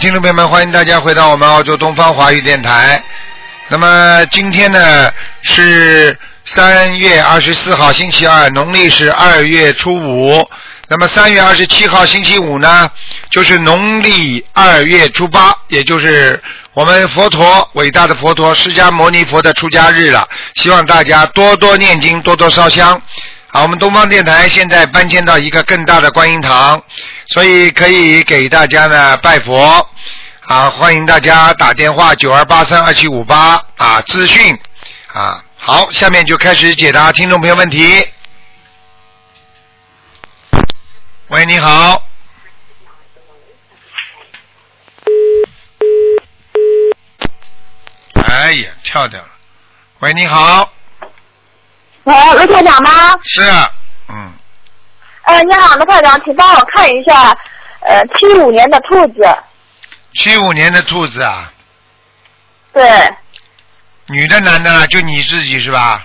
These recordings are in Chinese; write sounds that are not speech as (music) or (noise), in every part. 听众朋友们，欢迎大家回到我们澳洲东方华语电台。那么今天呢是三月二十四号星期二，农历是二月初五。那么三月二十七号星期五呢，就是农历二月初八，也就是我们佛陀伟大的佛陀释迦牟尼佛的出家日了。希望大家多多念经，多多烧香。好，我们东方电台现在搬迁到一个更大的观音堂，所以可以给大家呢拜佛。啊，欢迎大家打电话九二八三二七五八啊，资讯啊。好，下面就开始解答听众朋友问题。喂，你好。哎呀，跳掉了。喂，你好，喂，卢台长吗？是，嗯，呃，你好，卢台长，请帮我看一下，呃，七五年的兔子，七五年的兔子啊，对，女的男的啊，就你自己是吧？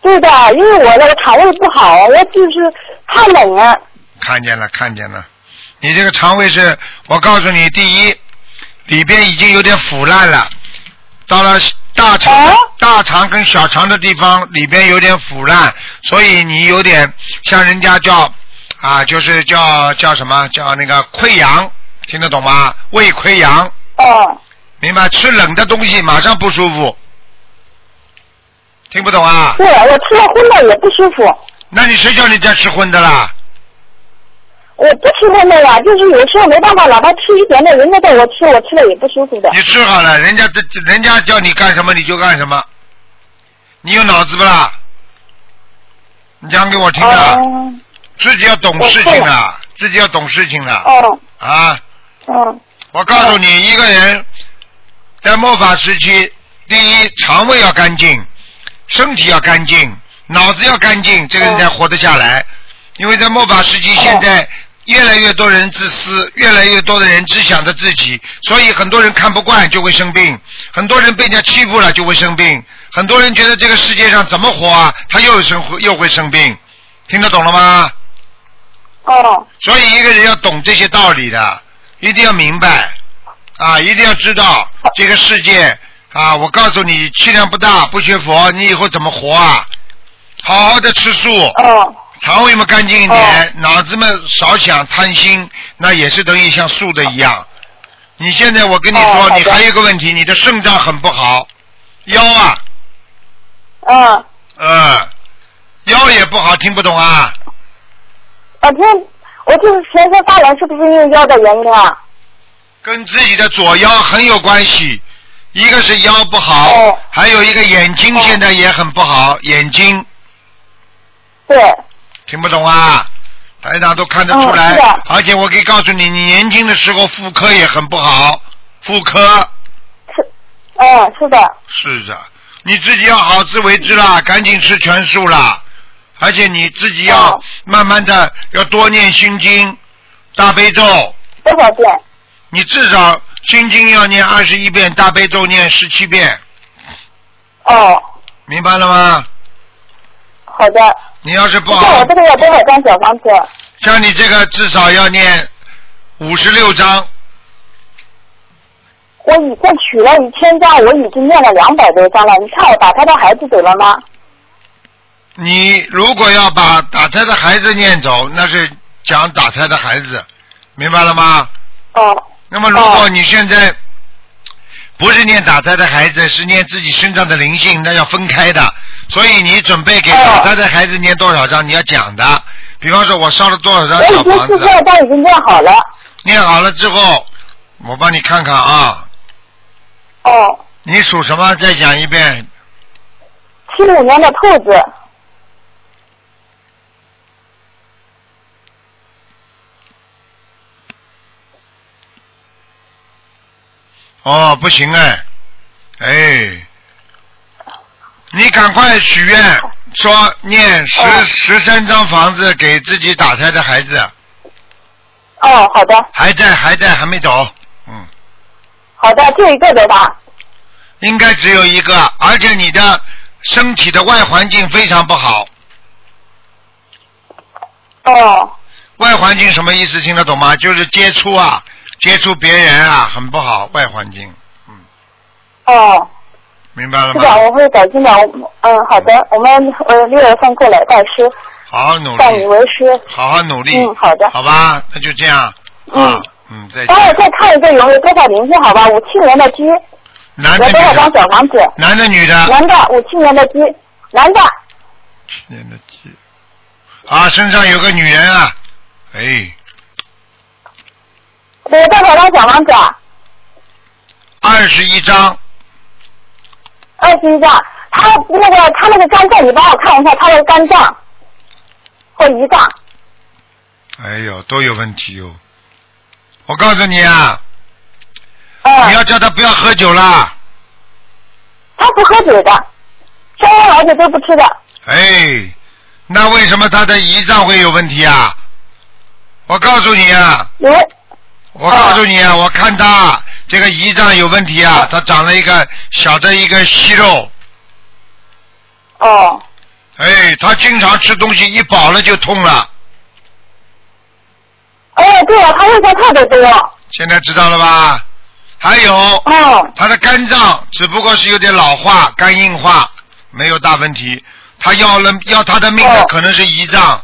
对的，因为我这个肠胃不好，我就是太冷了，看见了，看见了。你这个肠胃是，我告诉你，第一，里边已经有点腐烂了，到了大肠、哦大肠跟小肠的地方里边有点腐烂，所以你有点像人家叫啊，就是叫叫什么叫那个溃疡，听得懂吗？胃溃疡，哦，明白？吃冷的东西马上不舒服，听不懂啊？对我吃了荤的也不舒服，那你谁叫你在吃荤的啦？我不吃荤的呀，就是有时候没办法，哪怕吃一点点，人家带我吃，我吃了也不舒服的，你吃好了，人家这人家叫你干什么你就干什么，你有脑子不啦？你讲给我听啊，哦，自己要懂事情我会啊，自己要懂事情啊哦，啊！哦，我告诉你，一个人在末法时期，第一肠胃要干净，身体要干净，脑子要干净，这个人才活得下来。因为在末法时期，现在越来越多人自私，越来越多的人只想着自己，所以很多人看不惯就会生病，很多人被人家欺负了就会生病，很多人觉得这个世界上怎么活啊，他又生又会生病，听得懂了吗？哦，所以一个人要懂这些道理的，一定要明白啊，一定要知道这个世界啊。我告诉你，气量不大，不学佛，你以后怎么活啊？好好的吃素，哦，肠胃嘛干净一点哦，脑子嘛少想贪心，那也是等于像素的一样。你现在我跟你哦说好，的你还有一个问题，你的肾脏很不好，腰啊，嗯，呃，腰也不好，听不懂啊？我今天我就是全身发凉，是不是因为腰的原因啊？跟自己的左腰很有关系，一个是腰不好，哦还有一个眼睛现在也很不好，眼睛对，听不懂啊？台长都看得出哦来，是的而且我可以告诉你，你年轻的时候妇科也很不好，妇科是，嗯，是的，是的，你自己要好自为之啦，赶紧吃全素啦，而且你自己要哦慢慢的要多念心经、大悲咒，多少遍？你至少心经要念二十一遍，大悲咒念十七遍，哦，明白了吗？好的。你要是不像好我这，个要多少张小房子？像你这个至少要念五十六章，我已经取了一千张，我已经念了两百多张了。你看我打他的孩子走了吗？你如果要把打胎的孩子念走，那是讲打胎的孩子，明白了吗？哦，那么如果哦你现在不是念打胎的孩子，是念自己身上的灵性，那要分开的。所以你准备给哦打胎的孩子念多少章，你要讲的。比方说，我烧了多少张哎我已小经房四子十，二张已经念好了。念好了之后，我帮你看看啊。哦，你属什么？再讲一遍。七五年的兔子，哦，不行哎，哎，你赶快许愿，说念十哦十三张房子给自己打胎的孩子，哦，好的，还在还在还没走，嗯，好的，就一个对吧？应该只有一个，而且你的身体的外环境非常不好，哦，外环境什么意思？听得懂吗？就是接触啊，接触别人啊，很不好，外环境，嗯，哦，明白了是的，吗？我会改进的。我嗯，好的，我们呃六月份过来拜师，好好努拜你力，为师。好好努力，嗯，好的。好吧，那就这样，啊，嗯，再帮我见。再看一个有没有多少灵性，好吧？五七年的鸡，有男的女多少张的？小房子？男的女的？男的，五七年的鸡，男的，去年的鸡。啊，身上有个女人啊，哎，有多少张小房子？啊？二十一张，二十一张。他那个他那个肝脏，你帮我看一下他的肝脏或胰脏。哎呦，都有问题哟。我告诉你啊，你嗯，要叫他不要喝酒啦，他不喝酒的，生烟老酒都不吃的。哎，那为什么他的胰脏会有问题啊？我告诉你啊，有人我告诉你啊，我看他这个胰脏有问题啊，他长了一个小的一个息肉，哦哎，他经常吃东西一饱了就痛了，哦，对了，他胃酸特别多。现在知道了吧？还有，嗯他的肝脏只不过是有点老化、肝硬化，没有大问题。他要了要他的命的哦可能是胰脏，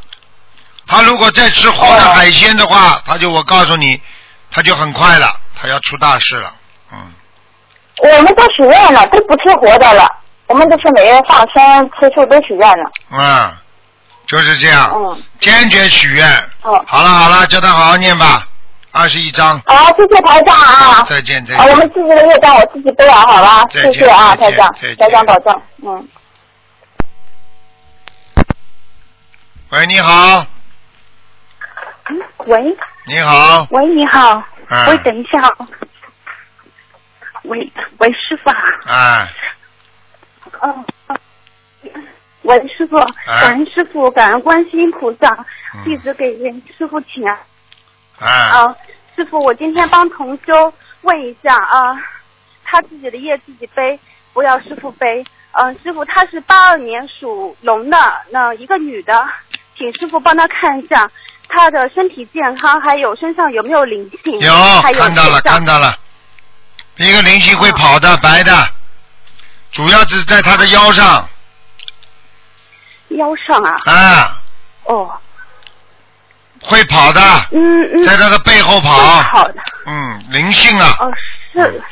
他如果再吃活的哦海鲜的话，他就我告诉你，他就很快了，他要出大事了。嗯，我们都许愿了，都不吃活的了。我们都是每月放生、吃素都许愿了。啊、就是这样，嗯坚决许愿。嗯。好了好了，叫他好好念吧，二十一章。好，谢谢台长啊！再见再啊，我们见。自己的业障我自己背啊，好吧？再谢见谢啊，再见台长再见，台长保重，嗯。喂，你好，嗯喂你好，喂，你好，啊喂，等一下哦，喂喂，师傅啊，啊，嗯、喂，师傅，感恩师傅，感恩观世音菩萨，啊嗯弟子给师傅请安哦啊，啊，师傅，我今天帮同修问一下啊，他自己的业自己背，不要师傅背。嗯、师傅，她是八二年属龙的，那一个女的，请师傅帮她看一下她的身体健康，还有身上有没有灵性，有还有看到了身上看到了，一个灵性会跑啊的白的，主要是在他的腰上腰上啊，啊，哦，会跑的，嗯嗯，在啊他的背后嗯跑，好的，嗯，灵性啊，哦是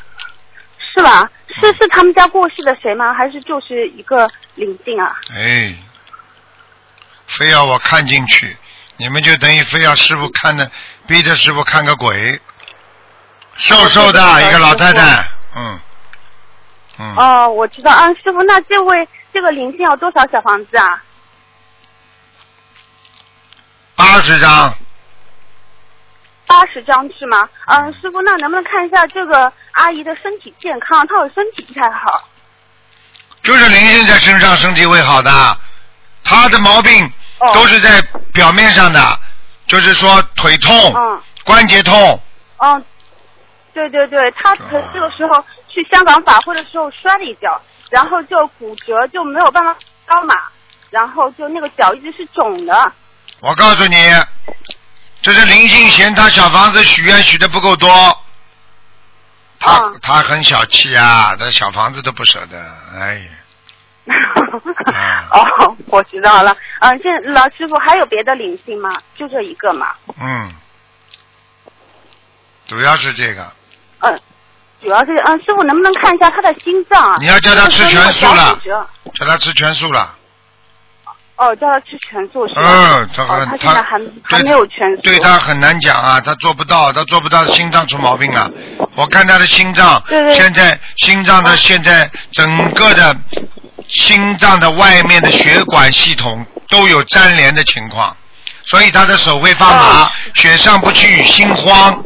是吧？是是他们家过世的谁吗？还是就是一个灵性啊？哎，非要我看进去，你们就等于非要师傅看的，逼着师傅看个鬼，瘦瘦哦的对对一个老太师太，嗯，嗯，哦，我知道啊，师傅，那这位这个灵性要多少小房子啊？八十张，八十张是吗？嗯，师傅，那能不能看一下这个阿姨的身体健康？她好像身体不太好。就是灵性在身上，身体会好的。他的毛病哦都是在表面上的，就是说腿痛、嗯关节痛，嗯，对对对，她可这个时候去香港法会的时候摔了一跤，然后就骨折，就没有办法刀马，然后就那个脚一直是肿啊的。我告诉你，这是灵性嫌他小房子许愿许的不够多，他、嗯他很小气啊，他小房子都不舍得，哎呀， (laughs) 哦，我知道了。嗯，现老师傅还有别的灵性吗？就这一个嘛。嗯，主要是这个，嗯，主要是嗯，师傅能不能看一下他的心脏啊？你要叫他吃全素了就是说那个小骨折叫他吃全素了，哦，叫他吃全素是吧？嗯，他哦很、，他现在还还没有全素。对他很难讲啊，他做不到，他做不到，心脏出毛病了。我看他的心脏，对啊对现在心脏的现在整个的心脏的外面的血管系统都有粘连的情况，所以他的手会发麻，哦血上不去，心慌，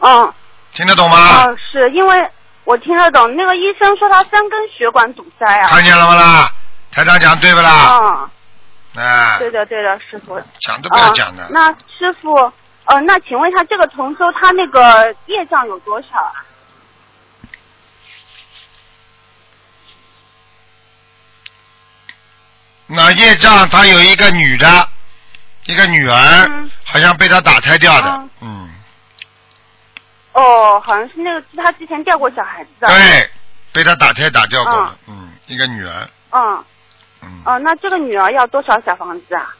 嗯，听得懂吗？哦，是因为我听得懂，那个医生说他三根血管堵塞啊。看见了吗啦？台长讲对不啦？嗯，啊，对的对的，师傅。讲都不要嗯讲的。那师傅，呃，那请问一下，这个同修他那个业障有多少啊？那业障，他有一个女的，一个女儿，嗯好像被他打胎掉的，嗯哦，好像是那个他之前掉过小孩子啊的。对，被他打胎打掉过的，嗯，一个女儿，嗯，嗯，哦、那这个女儿要多少小房子啊？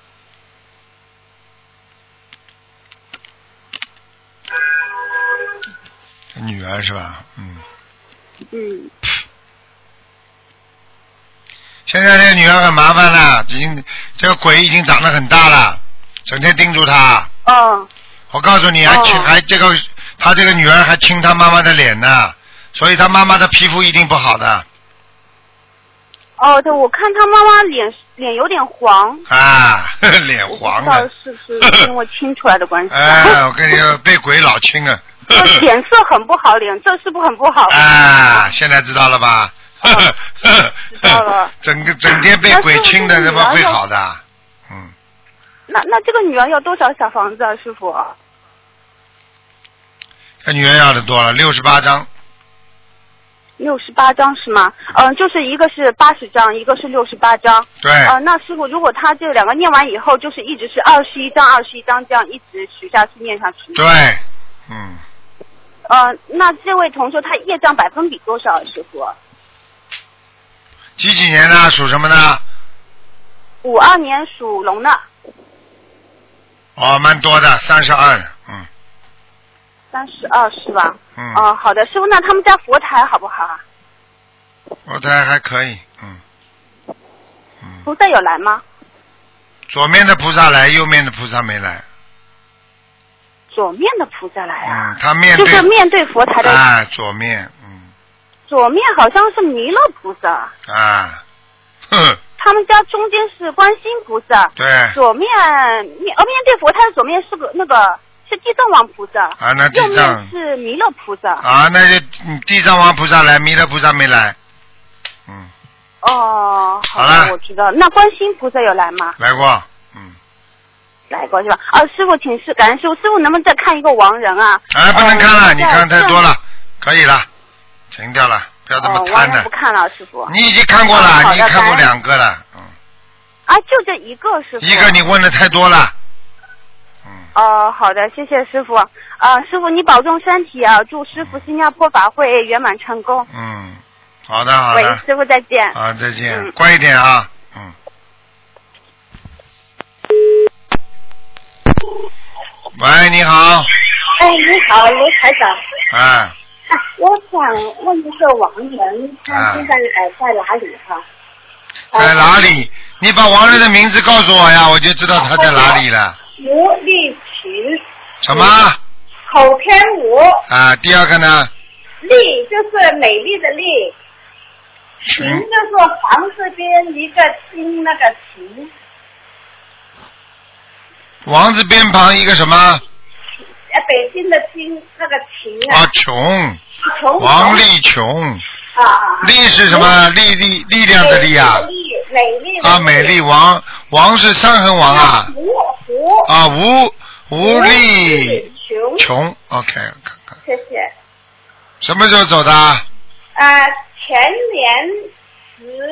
女儿是吧？嗯，嗯，现在这个女儿很麻烦了，已经这个鬼已经长得很大了，整天盯住她。哦，我告诉你，还亲哦还这个她这个女儿还亲她妈妈的脸呢，所以她妈妈的皮肤一定不好的哦，对，我看他妈妈脸脸有点黄，啊， (laughs) 呵呵脸我不黄知道了。是不是 (laughs) 因为亲出来的关系。哎， (laughs) 我跟你说，被鬼老亲啊！呵就 (laughs) 呵脸色很不好，脸色是不是很不好？啊，现在知道了吧？呵呵呵嗯知道了 (laughs) 整个整天被鬼亲的，怎么会好的？嗯，那那这个女儿要多少小房子啊，师傅？这女儿要的多了，六十八张。六十八张是吗？嗯、就是一个是八十张，一个是六十八张。对，呃，那师傅，如果他这两个念完以后，就是一直是二十一张、二十一张这样一直许下去念下去。对，嗯，呃，那这位同学他业障百分比多少啊，师傅？几几年的属什么的？五二年属龙的，哦，蛮多的，三十二，嗯三十二是吧？嗯，哦、好的，师傅，那他们家佛台好不好啊？我台还可以，嗯嗯，菩萨有来吗？左面的菩萨来，右面的菩萨没来，左面的菩萨来啊，嗯，他面就对是面对佛台的、啊，左面，嗯左面好像是弥勒菩萨，啊， (laughs) 哼，他们家中间是观世音菩萨，对，左面面哦面对佛台的左面是个那个是地藏王菩萨，啊，那地右藏面是弥勒菩萨。啊，那就嗯地藏王菩萨来，弥勒菩萨没来，嗯，哦，好好了的，我知道。那观世音菩萨有来吗？来过，嗯，来过是吧？哦，师傅，请示感恩师傅，师傅能不能再看一个亡人啊？哎，不能看哦了，我你在看太多这样了，可以了，停掉了，不要这么哦，贪亡了人不。看了，师傅。你已经看过了，好的你已经看过感恩两个了，嗯，啊，就这一个师傅。一个你问的太多了，嗯，哦，好的，谢谢师傅。啊，师傅你保重身体啊，祝师傅新加坡法会圆满成功。嗯，好的好喂的，，师傅再见。啊，再见，嗯乖一点啊，嗯。喂，你好，哎，你好，卢台长。啊，哎，我想问一个亡人，啊他现在呃在哪里哈、哦在哪里？你把王人的名字告诉我呀，我就知道哦他在哪里了。吴立群，什嗯么？口天吴，啊，第二个呢？丽就是美丽的嗯丽，群群就是黄字边一个金那个群，王字边旁一个什么？呃，北京的京那个秦啊啊，，穷，从王丽穷，啊啊，力是什么？力力力量的力啊美！丽的丽，美丽的啊，美丽王王是三横王啊胡胡啊，无无力丽群，穷。OK，看看谢谢。什么时候走的啊？呃，前年十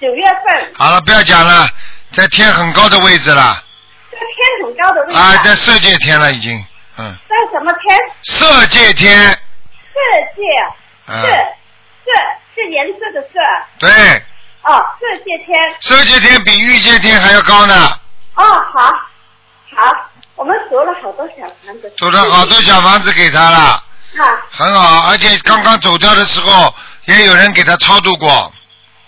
九月份，好了，不要讲了，在天很高的位置了这个天很高的位置啊，在色界天了已经，嗯，在什么天？色界天，世界，啊嗯是，是是颜色的色，对，哦，世界天，色界天比欲界天还要高呢，哦，好，好，我们读了好多小房子，走了好多小房子给他了。啊很好，而且刚刚走掉的时候，也有人给他超度过。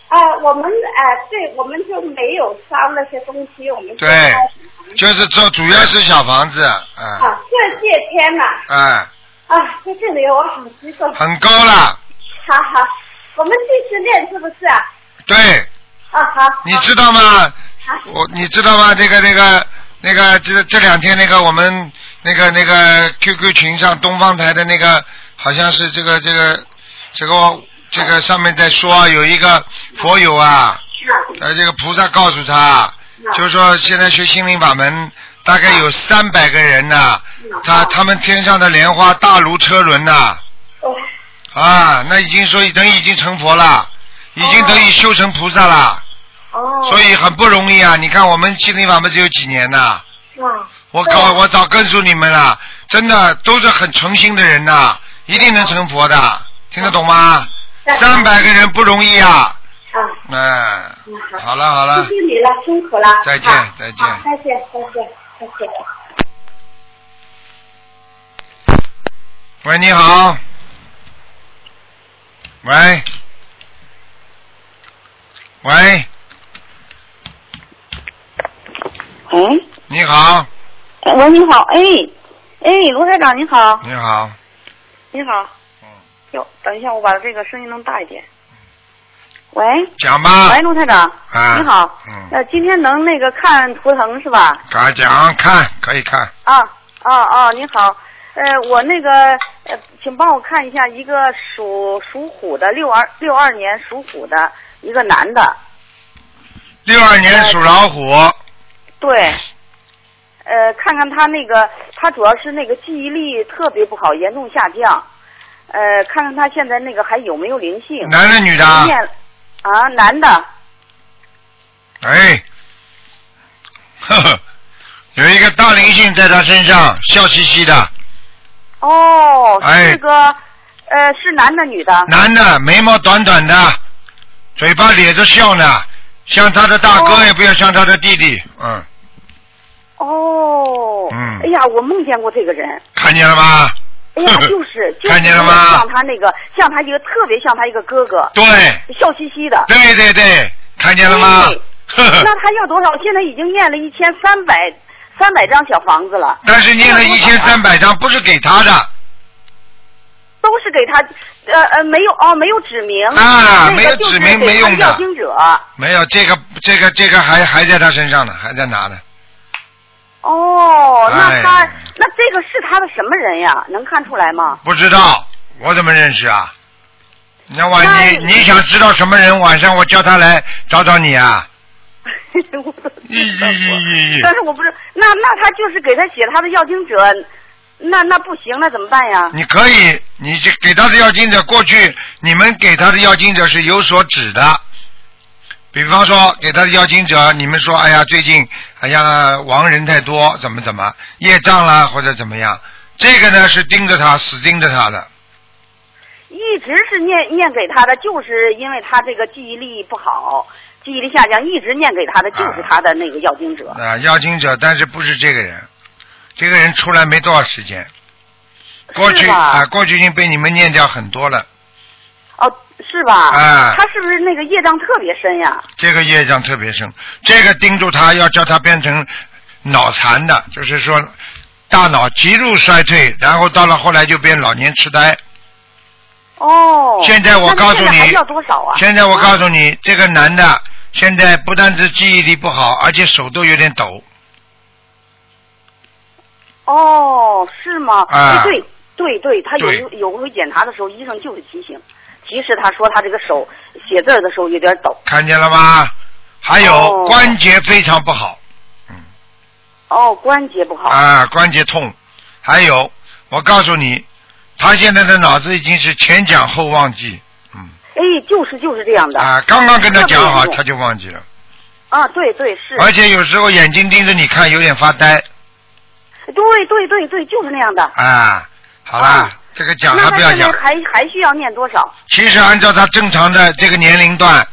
啊，我们呃，对，我们就没有烧那些东西，我们就对烧小房子就是这主要是小房子，啊、啊，世界天呐、嗯，哎、啊，在这里我好激动，很高了。好好，我们继续练是不是啊？对，啊好，你知道吗？好我你知道吗？这个那个那个这这两天那个我们那个那个 QQ 群上东方台的那个好像是这个这个这个这个上面在说啊有一个佛友啊，呃，这个菩萨告诉他，就是说现在学心灵法门，大概有三百个人呐、他他们天上的莲花大如车轮呐、哦啊，那已经说等于已经成佛了，已经等于修成菩萨了，哦，所以很不容易啊！你看我们心灵法门只有几年呐、哇，我告我早告诉你们了，真的都是很诚心的人呐、一定能成佛的，听得懂吗？三百个人不容易啊！啊，嗯，嗯好，好了好谢了，谢你了，辛苦了，再见啊再见好再见，再见，再 (laughs) 见。喂，你好，喂，喂，喂，你好，哎喂，你好，哎，哎，罗台长你好，你好，你好，嗯，哟，等一下，我把这个声音弄大一点。喂，讲吧喂，，罗台长，啊你好，嗯呃，今天能那个看图腾是吧？敢讲看可以看，啊，啊啊，你好，呃，我那个，呃，请帮我看一下一个属属虎的六二六二年属虎的一个男的，六二年属老虎，对，呃，看看他那个，他主要是那个记忆力特别不好，严重下降。呃，看看他现在那个还有没有灵性？男的女的啊？念啊，男的哎， (laughs) 呵呵，有一个大灵性在他身上，笑嘻嘻的，哦，哎是个呃，是男的女的？男的眉毛短短的，嘴巴咧着笑呢，像他的大哥哦也不要像他的弟弟，嗯，哦，嗯哎呀，我梦见过这个人，看见了吧？哎 (laughs) 呀，就是就是嗯看见了吗像他那个，像他一个特别像他一个哥哥，对，笑嘻嘻的。对对对，看见了吗对？呵 (laughs) 呵那，他要多少？现在已经念了一千三百三百张小房子了。但是念了一千那多少啊三百张，不是给他的，都是给他，呃呃，没有哦，没有指名啊那个没有就是指名给没用的他要经者没有这个这个这个还还在他身上呢，还在拿呢。哦，哎那他、那这个是他的什么人呀？能看出来吗？不知道，我怎么认识啊？那晚那你你想知道什么人？晚上我叫他来找找你啊！我不咦咦咦咦 (laughs) 但咦！是我不是，那那他就是给他写他的要经者，那那不行，那怎么办呀？你可以，你这给他的要经者，过去你们给他的要经者是有所指的。比方说，给他的要经者，你们说，哎呀，最近，哎呀，亡人太多，怎么怎么，业障啦，或者怎么样，这个呢是盯着他，死盯着他的。一直是念念给他的，就是因为他这个记忆力不好，记忆力下降，一直念给他的就是他的那个要经者。啊，要经者，但是不是这个人，这个人出来没多少时间，过去是吧啊，过去已经被你们念掉很多了，哦，是吧？啊他是不是那个业障特别深呀？这个业障特别深，这个盯住他，要叫他变成脑残的，就是说大脑极度衰退，然后到了后来就变老年痴呆。哦，现在我那告诉现在还你要多少啊？现在我告啊诉你，这个男的现在不但是记忆力不好，而且手都有点抖。哦，是吗？啊哎对对对，他有对一有回检查的时候，医生就是提醒，提示他说他这个手写字儿的时候有点抖。看见了吗？还有、哦关节非常不好。哦，关节不好。啊，关节痛，还有，我告诉你，他现在的脑子已经是前讲后忘记，嗯，哎，就是就是这样的。啊，刚刚跟他讲好哎特别严，重他就忘记了，啊，对对是。而且有时候眼睛盯着你看，有点发呆，对对对对，就是那样的。啊，好啦啊，这个讲那不他要现在讲，还还需要念多少？其实按照他正常的这个年龄段。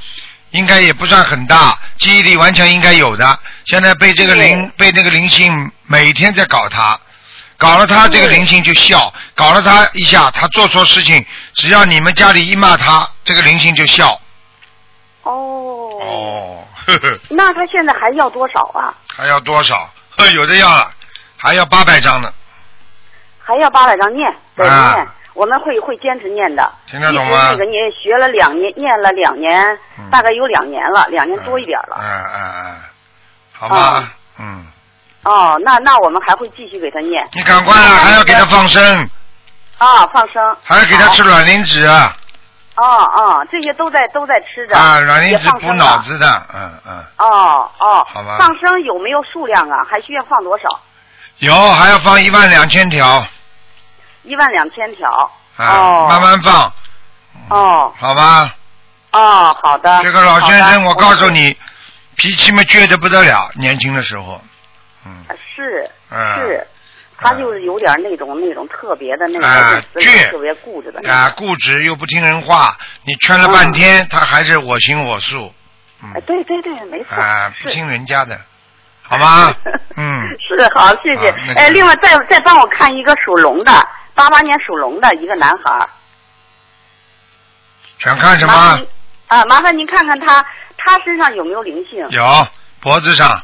应该也不算很大，记忆力完全应该有的。现在被这个灵被那个灵性每天在搞他，搞了他这个灵性就笑，搞了他一下，他做错事情，只要你们家里一骂他，这个灵性就笑。哦。。哦，呵呵，那他现在还要多少啊？还要多少？呵，有的要了，还要八百张呢。还要八百张念，得念，啊我们会会坚持念的。听得懂吗一直那个你也学了两年，念了两年，嗯大概有两年了，两年多一点嗯了。嗯嗯，好吧，啊嗯，哦，那那我们还会继续给他念你赶快啊，还要给他放生，啊，放生，还要给他吃好卵磷脂啊，哦哦，这些都在都在吃着啊，卵也磷脂放补生脑了。子的，嗯嗯，哦哦，好吧放生有没有数量啊？还需要放多少？有还要放一万两千条，一万两千条。啊，哦慢慢放，哦好吧？哦，好的。嗯这个老先好生，的我告诉，你，脾气嘛倔得不得了，年轻的时候，嗯是嗯是，他就是有点那种那种特别的那啊个，倔特别固执的那种。啊，固执又不听人话，你劝了半天，嗯他还是我行我素，哎，嗯对对对，没错，啊，不哎是。听人家的，好 (laughs) 吗？嗯，是好，谢谢啊那。哎，就另外再再帮我看一个属龙的，八八年属龙的一个男孩儿。想看什麻么烦？您啊，麻烦您看看他，他身上有没有灵性？有脖子上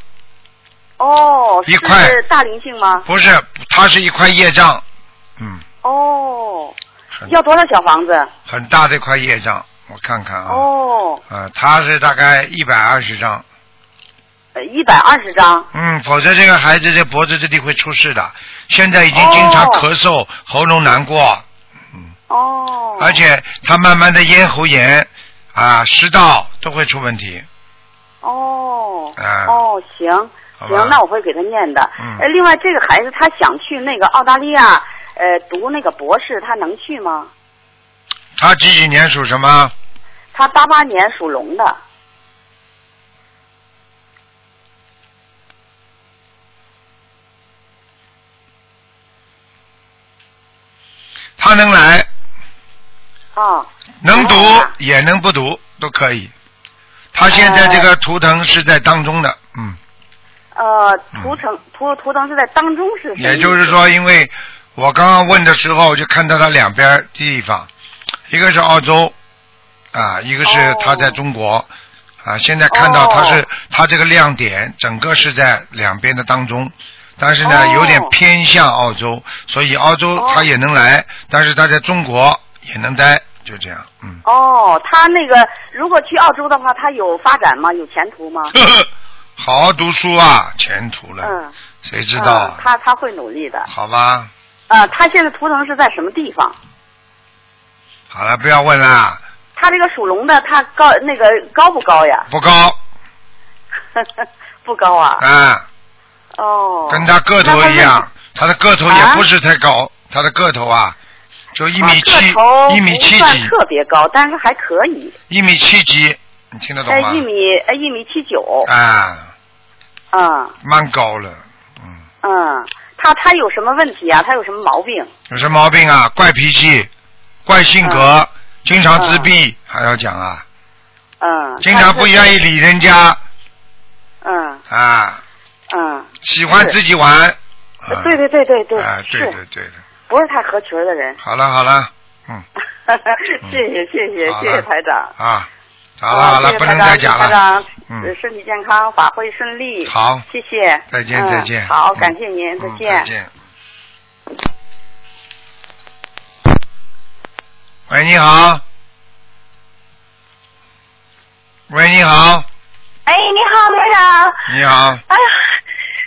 哦，一块是大灵性吗？不是，它是一块业障，嗯，哦，很要多少小房子？很大的一块业障，我看看啊，哦，啊，它是大概一百二十张，一百二十张。嗯，否则这个孩子这脖子这地会出事的，现在已经经常哦咳嗽，喉咙难过，嗯。哦，而且他慢慢的咽喉炎啊、食道都会出问题。哦，啊哦，行好吧行，那我会给他念的。嗯哎，另外这个孩子他想去那个澳大利亚，呃，读那个博士，他能去吗？他几几年属什么？他八八年属龙的。他能来，啊，能读哦也能不读都可以。他现在这个图腾是在当中的，嗯，呃，图腾图图腾是在当中是什么意思？也就是说，因为我刚刚问的时候我就看到他两边地方，一个是澳洲啊，一个是哦他在中国、啊。现在看到他是、他这个亮点，整个是在两边的当中，但是呢，哦有点偏向澳洲，所以澳洲哦他也能来，但是他在中国也能待，就这样，嗯。哦，他那个如果去澳洲的话，他有发展吗？有前途吗？ (laughs) 好好读书啊，前途了，嗯，谁知道嗯啊？他他会努力的。好吧，啊，他现在图腾是在什么地方？好了，不要问啦，他这个属龙的，他高那个高不高呀？ (laughs) 不高不高啊。啊，哦。跟他个头一样，他的个头也啊不是太高，他的个头啊，就一那米他七是。啊个头，一米七不算几，特别高，但是还可以。一米七几，你听得懂呃，吗一？米呃一米七九。啊，嗯蛮高了，嗯，嗯，他他有什么问题啊？他有什么毛病？有什么毛病啊？怪脾气，怪性格，经常自闭，还要讲啊，嗯。经常不愿意。意理人家嗯啊，嗯。喜欢自己玩。啊对对对对对，啊，对是对对的，不是太合群儿的人？ (laughs) 好了好了，嗯，谢谢谢谢好谢了谢台长。啊，好好嗯了好了，不能再讲台了，长，呃嗯，身体健康，法会顺利。，好，谢谢。再见嗯再见，好，嗯感谢您，再嗯见。再见。喂，你好。喂，你好，哎，你好，台长。你好，哎呀，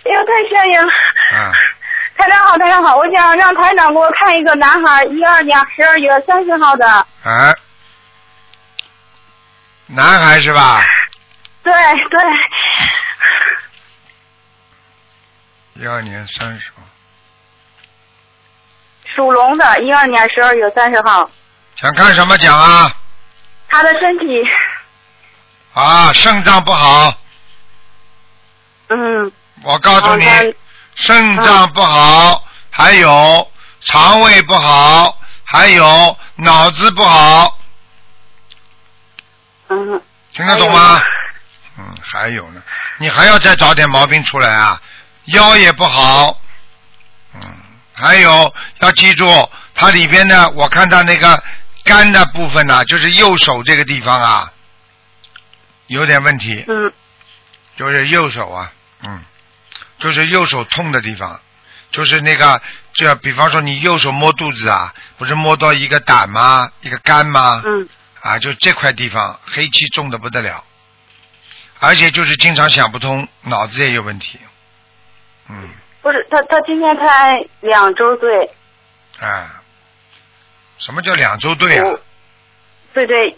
哎呦，太谢谢了。啊， (laughs) 台长好，台长好，我想让台长给我看一个男孩，一二年十二月三十号的。哎，男孩是吧？对对，一二年三十号，属龙的，一二年十二月三十号，想看什么讲啊？他的身体，啊，肾脏不好，嗯，我告诉好你，的肾脏不好，还有肠胃不好，还有脑子不好，嗯，哎听得懂吗？嗯，还有呢，你还要再找点毛病出来啊，腰也不好，嗯，还有要记住，它里边呢，我看它那个肝的部分呢、就是右手这个地方啊，有点问题，嗯，就是右手啊，嗯，就是右手痛的地方，就是那个，就比方说你右手摸肚子啊，不是摸到一个胆吗？一个肝吗？嗯，啊，就这块地方黑气重的不得了，而且就是经常想不通，脑子也有问题，嗯，不是，他他今天才两周岁，啊，什么叫两周对哦啊？对对，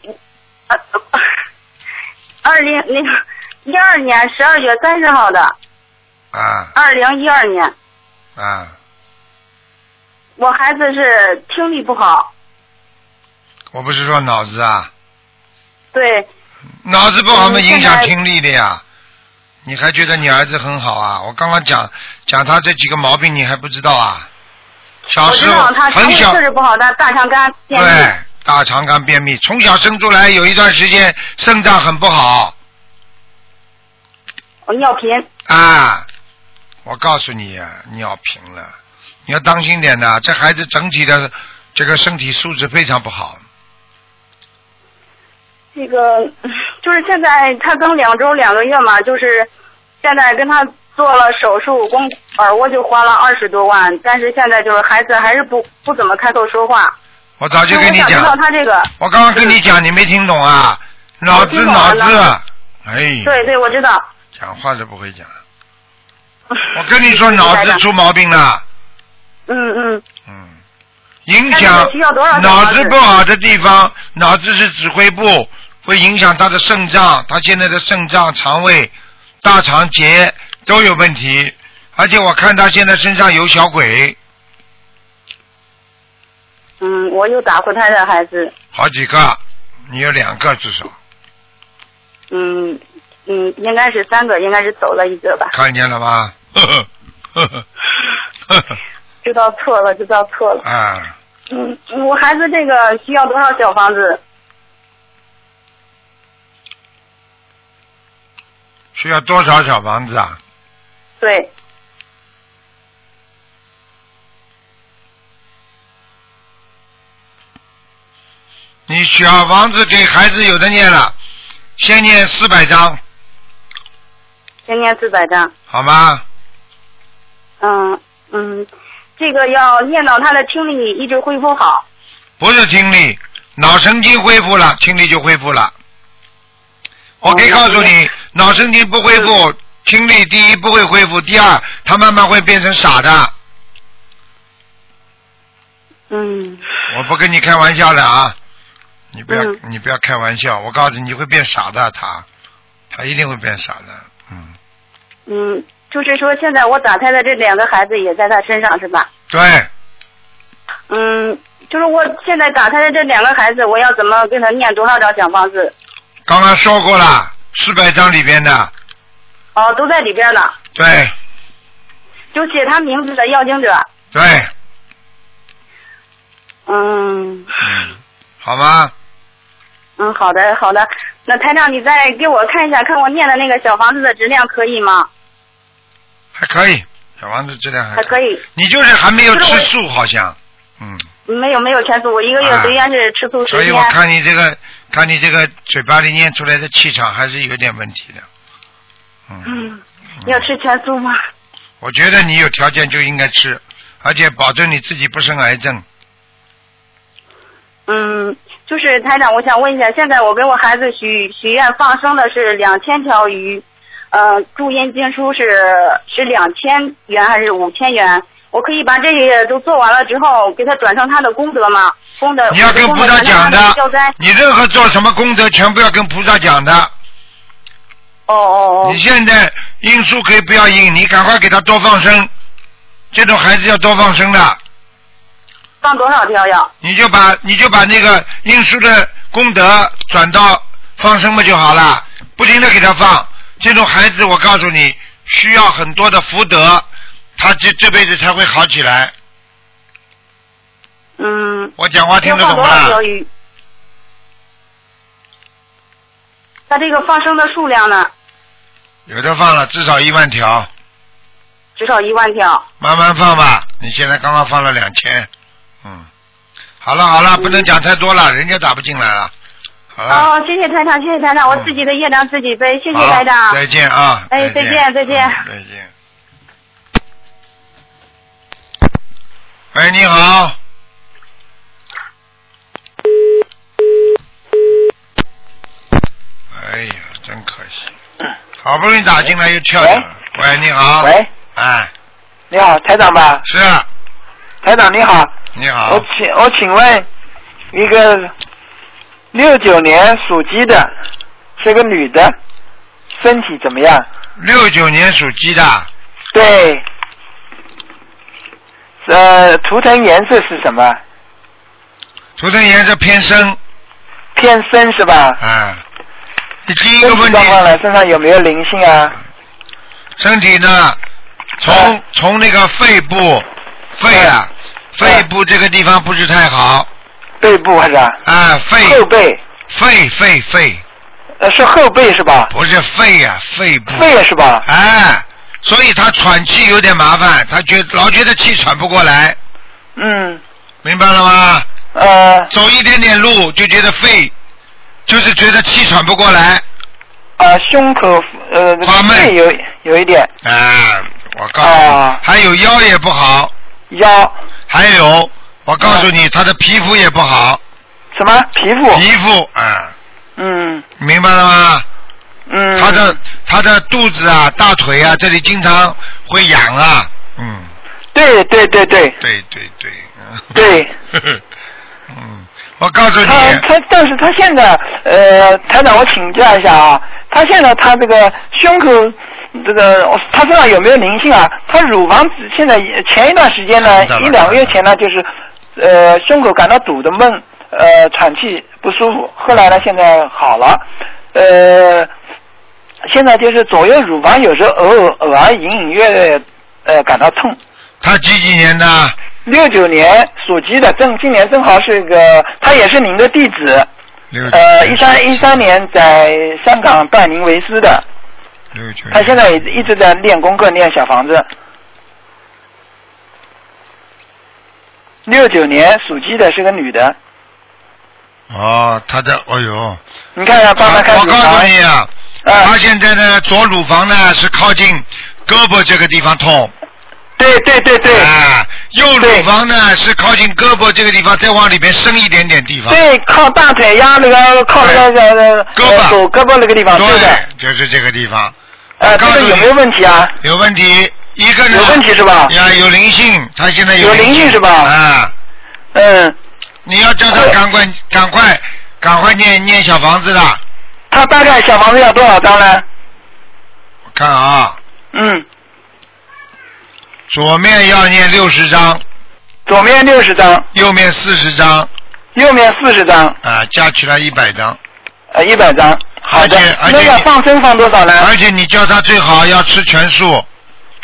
呃，二零那个一二年十二月三十号的，啊二零一二年，啊，我孩子是听力不好，我不是说脑子啊，对，脑子不好嘛，嗯影现响在听力的呀。你还觉得你儿子很好啊？我刚刚讲讲他这几个毛病，你还不知道啊？小我时知候道他肠很胃小确，实不好，但大肠杆便秘对，大肠杆便秘，从小生出来有一段时间肾脏很不好我尿频。啊。我告诉你啊，尿频了，你要当心点的。这孩子整体的这个身体素质非常不好。这个嗯就是现在他刚两周两个月嘛，就是现在跟他做了手术，光耳蜗就花了二十多万，但是现在就是孩子还是不不怎么开口说话。我早就那跟我你想知讲，嗯道他这个，我刚刚跟你讲，你没听懂啊？脑子我听懂脑了子，哎，对对，我知道。讲话都不会讲。 (laughs) 我跟你说，脑子出毛病了，嗯嗯，嗯，影那响这个需要多少张脑房子子不好的地方，脑子是指挥部，会影响他的肾脏，他现在的肾脏、肠胃、大肠结都有问题，而且我看他现在身上有小鬼，嗯，我又打过他的孩子，好几个，你有两个至少，嗯嗯，应该是三个，应该是走了一个吧。看见了吗？ (laughs) 呵呵呵呵呵呵。知道错了，知道错了。啊，嗯，我孩子这个需要多少小房子？需要多少小房子啊？对，你小房子给孩子有的念了，先念四百张，先念四百张。好吗？嗯嗯，这个要念到他的听力一直恢复好。不是听力，脑神经恢复了，听力就恢复了。我可以告诉你，脑神经不恢复，听力第一不会恢复，第二他慢慢会变成傻的。嗯，我不跟你开玩笑了啊！你不要、嗯你不要开玩笑，我告诉你，你会变傻的，他他一定会变傻的，嗯。嗯，就是说现在我打胎的这两个孩子也在他身上是吧？对，嗯，就是我现在打胎的这两个孩子，我要怎么跟他念多少张小房子？刚刚说过了，四百张里边的，哦，都在里边呢，对就写他名字的要经者。对，嗯 (clears throat) 好吗？嗯，好的好的，那台长你再给我看一下，看我念的那个小房子的质量可以吗？还可以，小王子质量还还可以。以，你就是还没有就是吃我素，好像，嗯，没有没有全素，我一个月啊随缘是吃素所十以天我。看你这个，看你这个嘴巴里念出来的气场还是有点问题的，嗯，嗯，要吃全素吗？我觉得你有条件就应该吃，而且保证你自己不生癌症。嗯，就是台长，我想问一下，现在我给我孩子许许愿放生的是两千条鱼，呃，注音经书是是两千元还是五千元？我可以把这些都做完了之后，给他转成他的功德吗？功德你要跟呃我菩功德萨转成讲他的消灾。，你任何做什么功德，全部要跟菩萨讲的。哦哦哦你，现在应书可以不要应，你赶快给他多放生，这种孩子要多放生的。放多少条呀？你就把你就把那个运输的功德转到放生嘛就好了，不停的给他放。这种孩子，我告诉你，需要很多的福德，他这这辈子才会好起来。嗯，我讲话听要得放懂多少条吗？鱼？他这个放生的数量呢，有的放了，至少一万条，至少一万条。慢慢放吧。你现在刚刚放了两千，嗯，好了好了，不能讲太多了，人家打不进来了。好了，哦，谢谢台长，谢谢台长，我自己的业障自己背，谢谢台啊嗯好长。再见啊！哎再再见再见嗯再见。喂，哎你好。哎呀，真可惜，好不容易打进来又跳掉了。喂，你好。。喂，哎，你好，台长吧？是，啊台长你好，你好我。请我请问一个六九年属鸡的，是个女的，身体怎么样？六九年属鸡的，对，呃，图腾颜色是什么？图腾颜色偏深，偏深是吧？啊。你第一身个体问题状，况呢？身上有没有灵性啊？身体呢，哎从从那个肺部，肺啊，肺部这个地方不是太好背部是吧？啊，后肺背，肺肺肺，呃，是后背是吧？不是肺呀、肺部，肺是吧？哎，所以他喘气有点麻烦，他觉老觉得气喘不过来，嗯，明白了吗？呃，走一点点路就觉得肺，就是觉得气喘不过来。啊，胸口呃花闷肺有有一点啊，我告诉你，啊还有腰也不好，腰还有我告诉啊你，他的皮肤也不好，什么皮肤？皮肤啊，嗯明白了吗？嗯，他的他的肚子啊、大腿啊这里经常会痒啊，嗯，对对对对，对对对， (laughs) 对嗯，嗯，我告诉你，他他但是他现在呃，台长我请教一下啊，他现在他这个胸口这个他身上有没有灵性啊？他乳房现在前一段时间呢看到，了一两个月前呢就是呃胸口感到堵的闷，呃喘气不舒服，后来呢现在好了，呃现在就是左右乳房有时候偶尔偶尔隐隐约约呃感到痛。他几几年的？六九年属鸡的，正今年正好是个，他也是您的弟子，六呃，一三一三年在香港拜您为师的，六九年，他现在也一直在练功课，练小房子。六九年属鸡的是个女的，哦，他的，哎呦，你看看帮她看我乳告诉房，你啊，啊他，现在呢左乳房呢是靠近胳膊这个地方痛，对对对对，啊，右乳房呢是靠近胳膊这个地方，再往里边深一点点地方，对靠大腿压那个靠那个呃胳膊手胳膊那个地方，对的，就是这个地方，呃，告这诉个你有没有问题啊？有问题。一个呢，有问题是吧？呀，有灵性，他现在有灵灵性是吧啊，嗯。你要叫他赶快、赶快、赶快念念小房子的。他大概小房子要多少张呢？我看啊，嗯，左面要念六十张，左面六十张，右面四十张，右面四十张，啊，加起来一百张。呃，一百张。好的而且，而且那要你放生放多少呢而？且你叫他最好要吃全素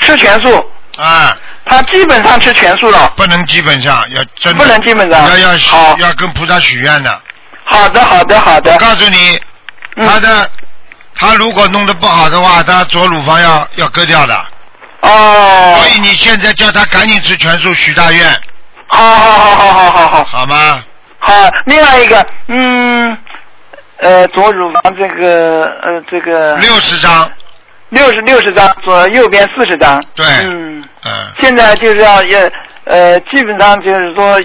吃全素，啊，他基本上吃全素了。不能基本上要真的不能基本上要要许好要跟菩萨许愿的。好的，好的，好我的。告诉你，嗯他的、他如果弄得不好的话，他左乳房要要割掉的。哦所，以你现在叫他赶紧吃全素许大愿，好好好好好好好好吗？好。另外一个，嗯，呃，左乳房这个，呃，这个六十张，六十六十张，左右边四十张。对嗯，嗯，现在就是要要呃，基本上就是说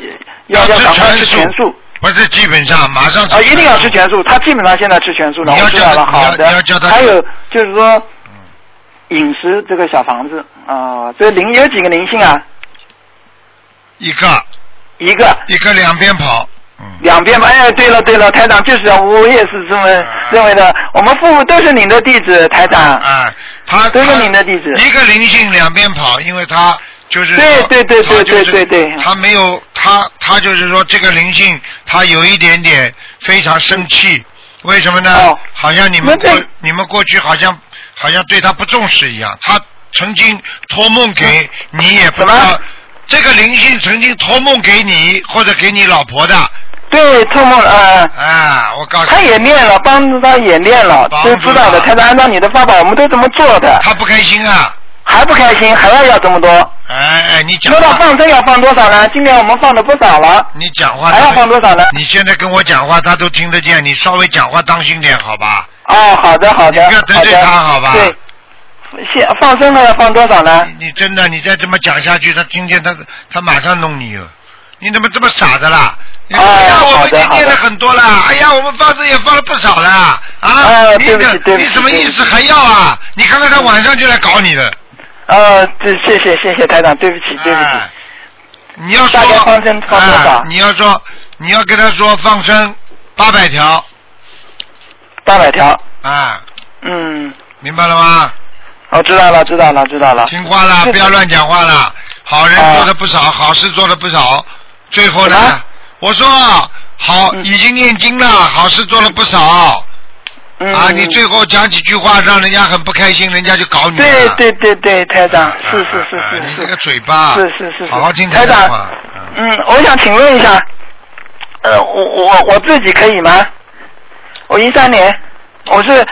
要要吃赶快全吃素全素。不是基本上马 (laughs) 上吃啊，一定要吃全素，他基本上现在吃全素了，你要我知道叫了，他你要好的。你要叫他还有就是说，饮食这个小房子啊、这灵有几个灵性啊？一个一个，一个两边跑，嗯，两边吧。哎，对了对了，台长就是啊，我也是这么啊认为的。我们父母都是您的弟子，台长。啊，他都是他您的弟子一个灵性两边跑，因为他就是对说对对他对就是对对对他没有他他就是说这个灵性他有一点点非常生气，为什么呢？嗯哦好像你们那过对你们过去好像好像对他不重视一样，他曾经托梦给你也不知嗯什道么。这个灵性曾经托梦给你或者给你老婆的，对，托梦了啊。啊，我告诉他你，也念了，帮助他也念了，帮助都他知道的。台长，按照你的方法，我们都这么做的，他不开心啊，还不开心，还要要这么多。哎哎，你讲说到话，放生要放多少呢？今年我们放了不少了。你讲话，还要放多少呢？ (laughs) 你现在跟我讲话，他都听得见。你稍微讲话当心点，好吧？哦，好的，好的，你不要得罪的他好吧嗯对，现放生了要放多少呢？你你真的，你再这么讲下去，他听见他他马上弄你了。你怎么这么傻的啦？你说哦哎呀，我们好已经的念了好的很多啦。哎呀，我们放生也放了不少啦。啊，哦你对不起怎对不你起什么对意不思还要啊？你看看他晚上就来搞你了。呃，这谢谢谢谢台长，对不起对不起。哎，你要说大家放生放多少哎你要说你要跟他说放生八百条八百条，啊，嗯，明白了吗？我知道了知道了知道了。 (laughs) 听话 (laughs) 啦，是不要乱讲话啦。好人啊做的不少，好事做的不少，最后什呢么，我说好嗯已经念经了，好事做了不少，嗯啊，你最后讲几句话让人家很不开心，人家就搞你了。对对对对，台长，是是是啊是你是这个嘴巴，是是是是好好听台的长话。嗯嗯，我想请问一下，呃，我我我自己可以吗？我一三年，我是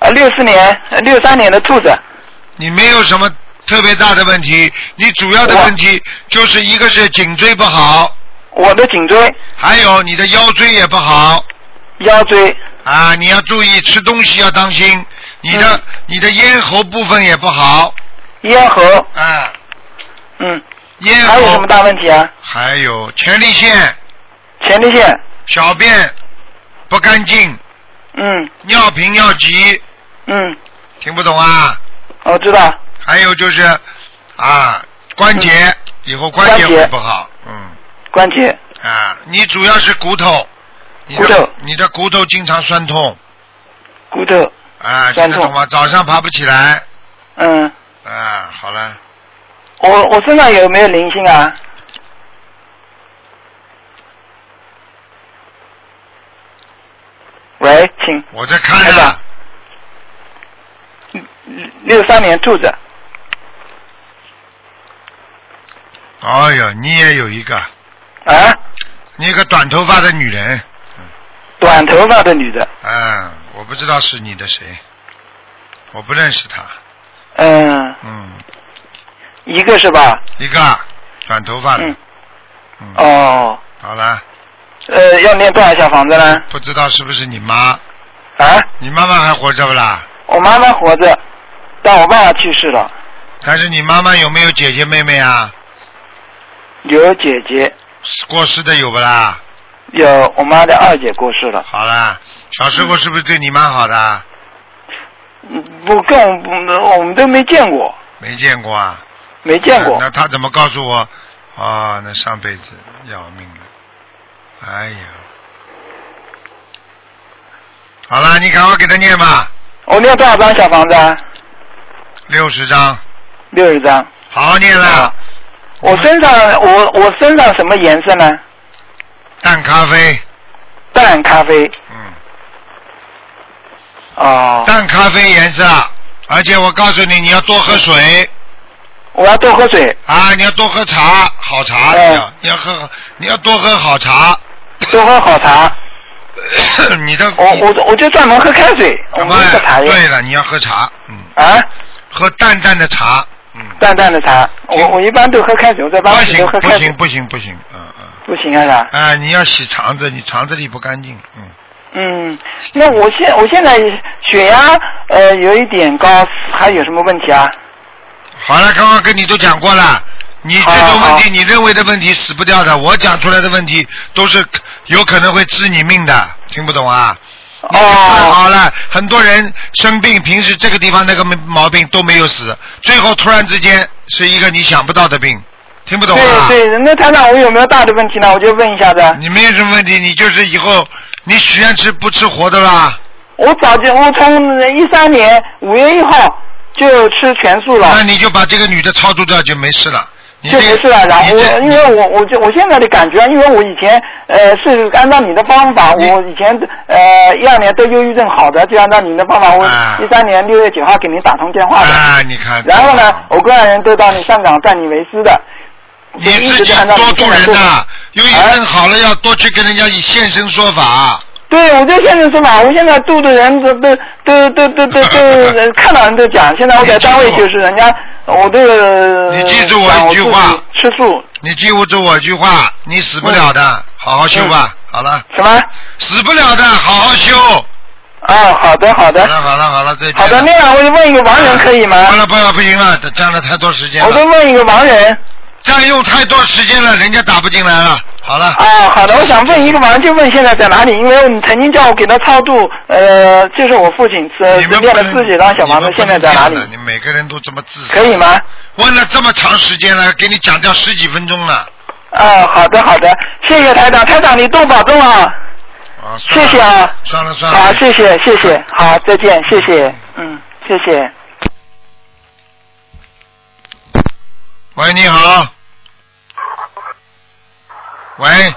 呃六四年六三年的兔子，你没有什么特别大的问题，你主要的我问题就是一个是颈椎不好，我的颈椎、还有你的腰椎也不好腰椎，啊，你要注意吃东西要当心，你的、嗯你的咽喉部分也不好咽喉，啊，嗯，咽还有什喉么大问题啊？还有前列腺、前列腺，小便不干净、嗯尿频尿急，嗯，听不懂啊？我知道，还有就是啊，关节、以后关节嗯关节会不好，嗯关节，啊，你主要是骨头，你的骨头你的骨头经常酸痛骨头，啊，听酸痛得懂吗？早上爬不起来嗯，啊，好了，我我身上有没有灵性啊？喂，请我在看啊台呢长，六三年兔子，哎呦，你也有一个，啊，你有个短头发的女人，短头发的女的，啊，我不知道是你的谁，我不认识她，嗯，嗯，一个是吧？一个短头发的，嗯，嗯，哦，好了，呃，要念多少小房子呢？不知道是不是你妈，啊，你妈妈还活着不啦？我妈妈活着，但我爸爸去世了，但是你妈妈有没有姐姐妹妹啊？有姐姐，过世的有不啦？有我妈的二姐过世了，好啦，小时候是不是对你蛮好的啊？嗯不跟我们我们都没见过，没见过啊？没见过那，那他怎么告诉我？哦，那上辈子要命了。哎呀，好啦，你赶快给他念吧，我哦念多少张小房子啊？六十章，六十张。好好念啦。我身上我我身上什么颜色呢？淡咖啡，淡咖啡嗯，哦，淡咖啡颜色，而且我告诉你，你要多喝水。我要多喝 (laughs) 水，啊，你要多喝茶，好茶，嗯你要你要喝，你要多喝好茶。多喝好茶。你的我我我就专门喝开水，我哎没喝茶对叶了，你要喝茶，嗯，啊，喝淡淡的茶，嗯，淡淡的茶。我我一般都喝开水，我在不办公室行都喝不开水行，不行不行，嗯嗯，不行啊啥。啊，你要洗肠子，你肠子里不干净，嗯，嗯，那我现我现在血压呃有一点高，还有什么问题啊？好了，刚刚跟你都讲过了。你这种问好好题，你认为的问题死不掉的，我讲出来的问题都是有可能会致你命的，听不懂啊？看啊哦好了，很多人生病，平时这个地方那个毛病都没有死，最后突然之间是一个你想不到的病，听不懂啊？对对，那台长我有没有大的问题呢？我就问一下子。你没有什么问题，你就是以后你许愿吃不吃活的啦？我早就我从一三年五月一号就吃全素了，那你就把这个女的超度掉就没事了。你就这没个事了。然后你这我因为我我就我现在的感觉，啊因为我以前呃是按照你的方法，你我以前呃一二年得忧郁症好的，就按照你的方法，我啊一三年六月九号给您打通电话的。啊，你看。然后呢，我个人都到你香港拜你为师的。你就一自直己就按照多你度现在人做呐、的有一人好了要多去跟人家以现身说法。对，我就现在说嘛，我现在住的人都都都都都都都呃看到人都讲，现在我在单位就是人家，我都你记住我一句话，讲我自己吃素你记不住我一句话，你死不了的，嗯好好修吧。好了，什么？死不了的，好好修。啊，好的好好的了好了好了，再见了。好的，那样我就问一个亡人可以吗？不了不了，不行了，占了太多时间我了就，问一个亡人占用太多时间了，人家打不进来了。好了，啊，好的，我想问一个亡人，就问现在在哪里？因为你曾经叫我给他超度，呃，就是我父亲吃你们不练哎了能自己张小房子，现在在哪里你？们不能这样的你每个人都这么自私，可以吗？问了这么长时间了，给你讲掉十几分钟了。啊，好的好的，谢谢台长，台长你多保重啊。啊，算谢了谢啊，算了算了。好，谢谢谢谢，好，再见，谢谢，嗯，谢谢。喂，你好。喂，台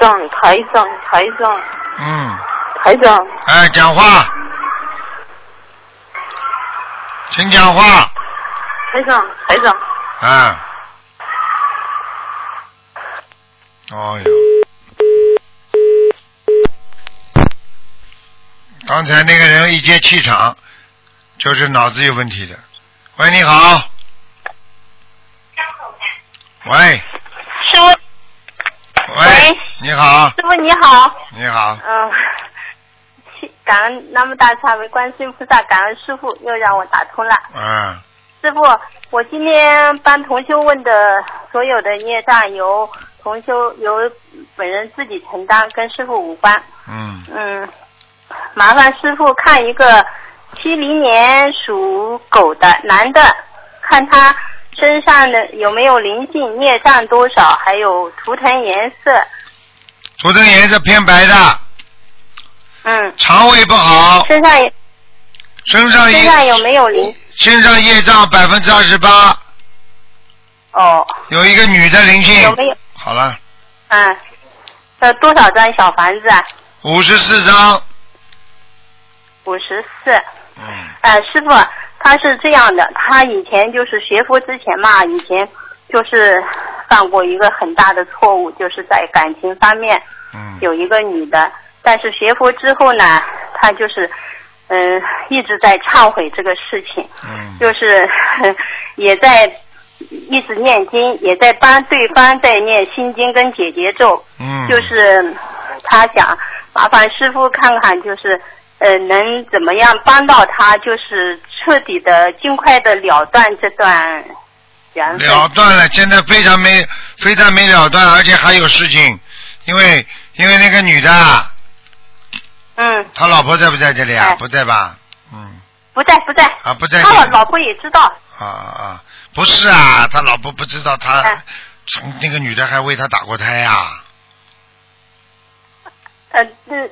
长，台长，台长，嗯，台长，哎，讲话，请讲话，台长，台长，啊。哦哟，刚才那个人一接气场，就是脑子有问题的。喂，你好。喂，师傅，喂喂，你好，师傅你好，你好，嗯、去 (laughs) 感恩南无大慈大悲观世音菩萨，感恩师傅又让我打通了。嗯，师傅，我今天帮同修问的所有的业障由同修由本人自己承担，跟师傅无关。嗯，嗯，麻烦师傅看一个七零年属狗的男的，看他身上的有没有灵性，业障多少，还有图腾颜色。图腾颜色偏白的，嗯，肠胃不好，身上也身上身业上有没有灵？身上业障百分之二十八，嗯哦，有一个女的灵有性没，有？好了，嗯，呃，多少张小房子啊？五十四张，五十四。嗯，哎，师傅，他是这样的，他以前就是学佛之前嘛，以前就是犯过一个很大的错误，就是在感情方面嗯，有一个女的，但是学佛之后呢，他就是嗯、一直在忏悔这个事情，嗯，就是 (laughs) 也在一直念经，也在帮对方在念心经跟解结咒，嗯，就是呃他想麻烦师傅看看，就是呃能怎么样帮到他，就是彻底的、尽快的了断这段缘分。了断了，现在非常没非常没了断，而且还有事情，因为因为那个女的，嗯，他老婆在不在这里啊？哎不在吧？嗯，不在不在，啊不在这里。他老婆也知道。啊啊，不是啊，他老婆不知道他、哎从那个女的还为他打过胎呀、啊，呃，这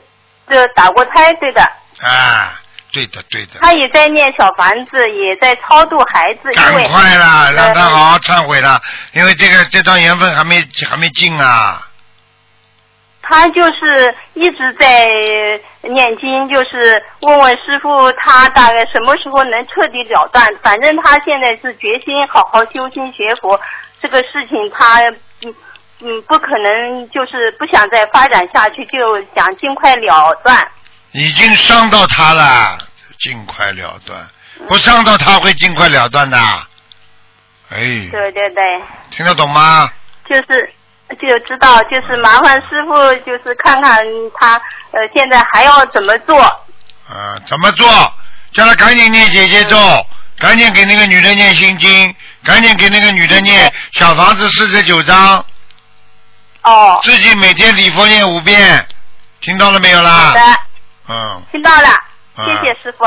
这打过胎，对的，哎，对的对的，他也在念小房子，也在超度孩子，因赶为嗯快啦，呃让他好好忏悔啦，因为这个这段缘分还没还没尽啊，他就是一直在念经，就是问问师傅他大概什么时候能彻底了断。反正他现在是决心好好修心学佛，这个事情他嗯嗯不可能就是不想再发展下去，就想尽快了断。已经伤到他了，尽快了断，嗯不伤到他会尽快了断的，哎，对对对，听得懂吗？就是。就知道，就是麻烦师傅，就是看看他呃现在还要怎么做。啊，怎么做？叫他赶紧念姐姐咒，嗯赶紧给那个女的念心经，赶紧给那个女的嗯念小房子四十九章，哦，自己每天礼佛念五遍，听到了没有好啦的？，嗯听到了，啊谢谢师傅。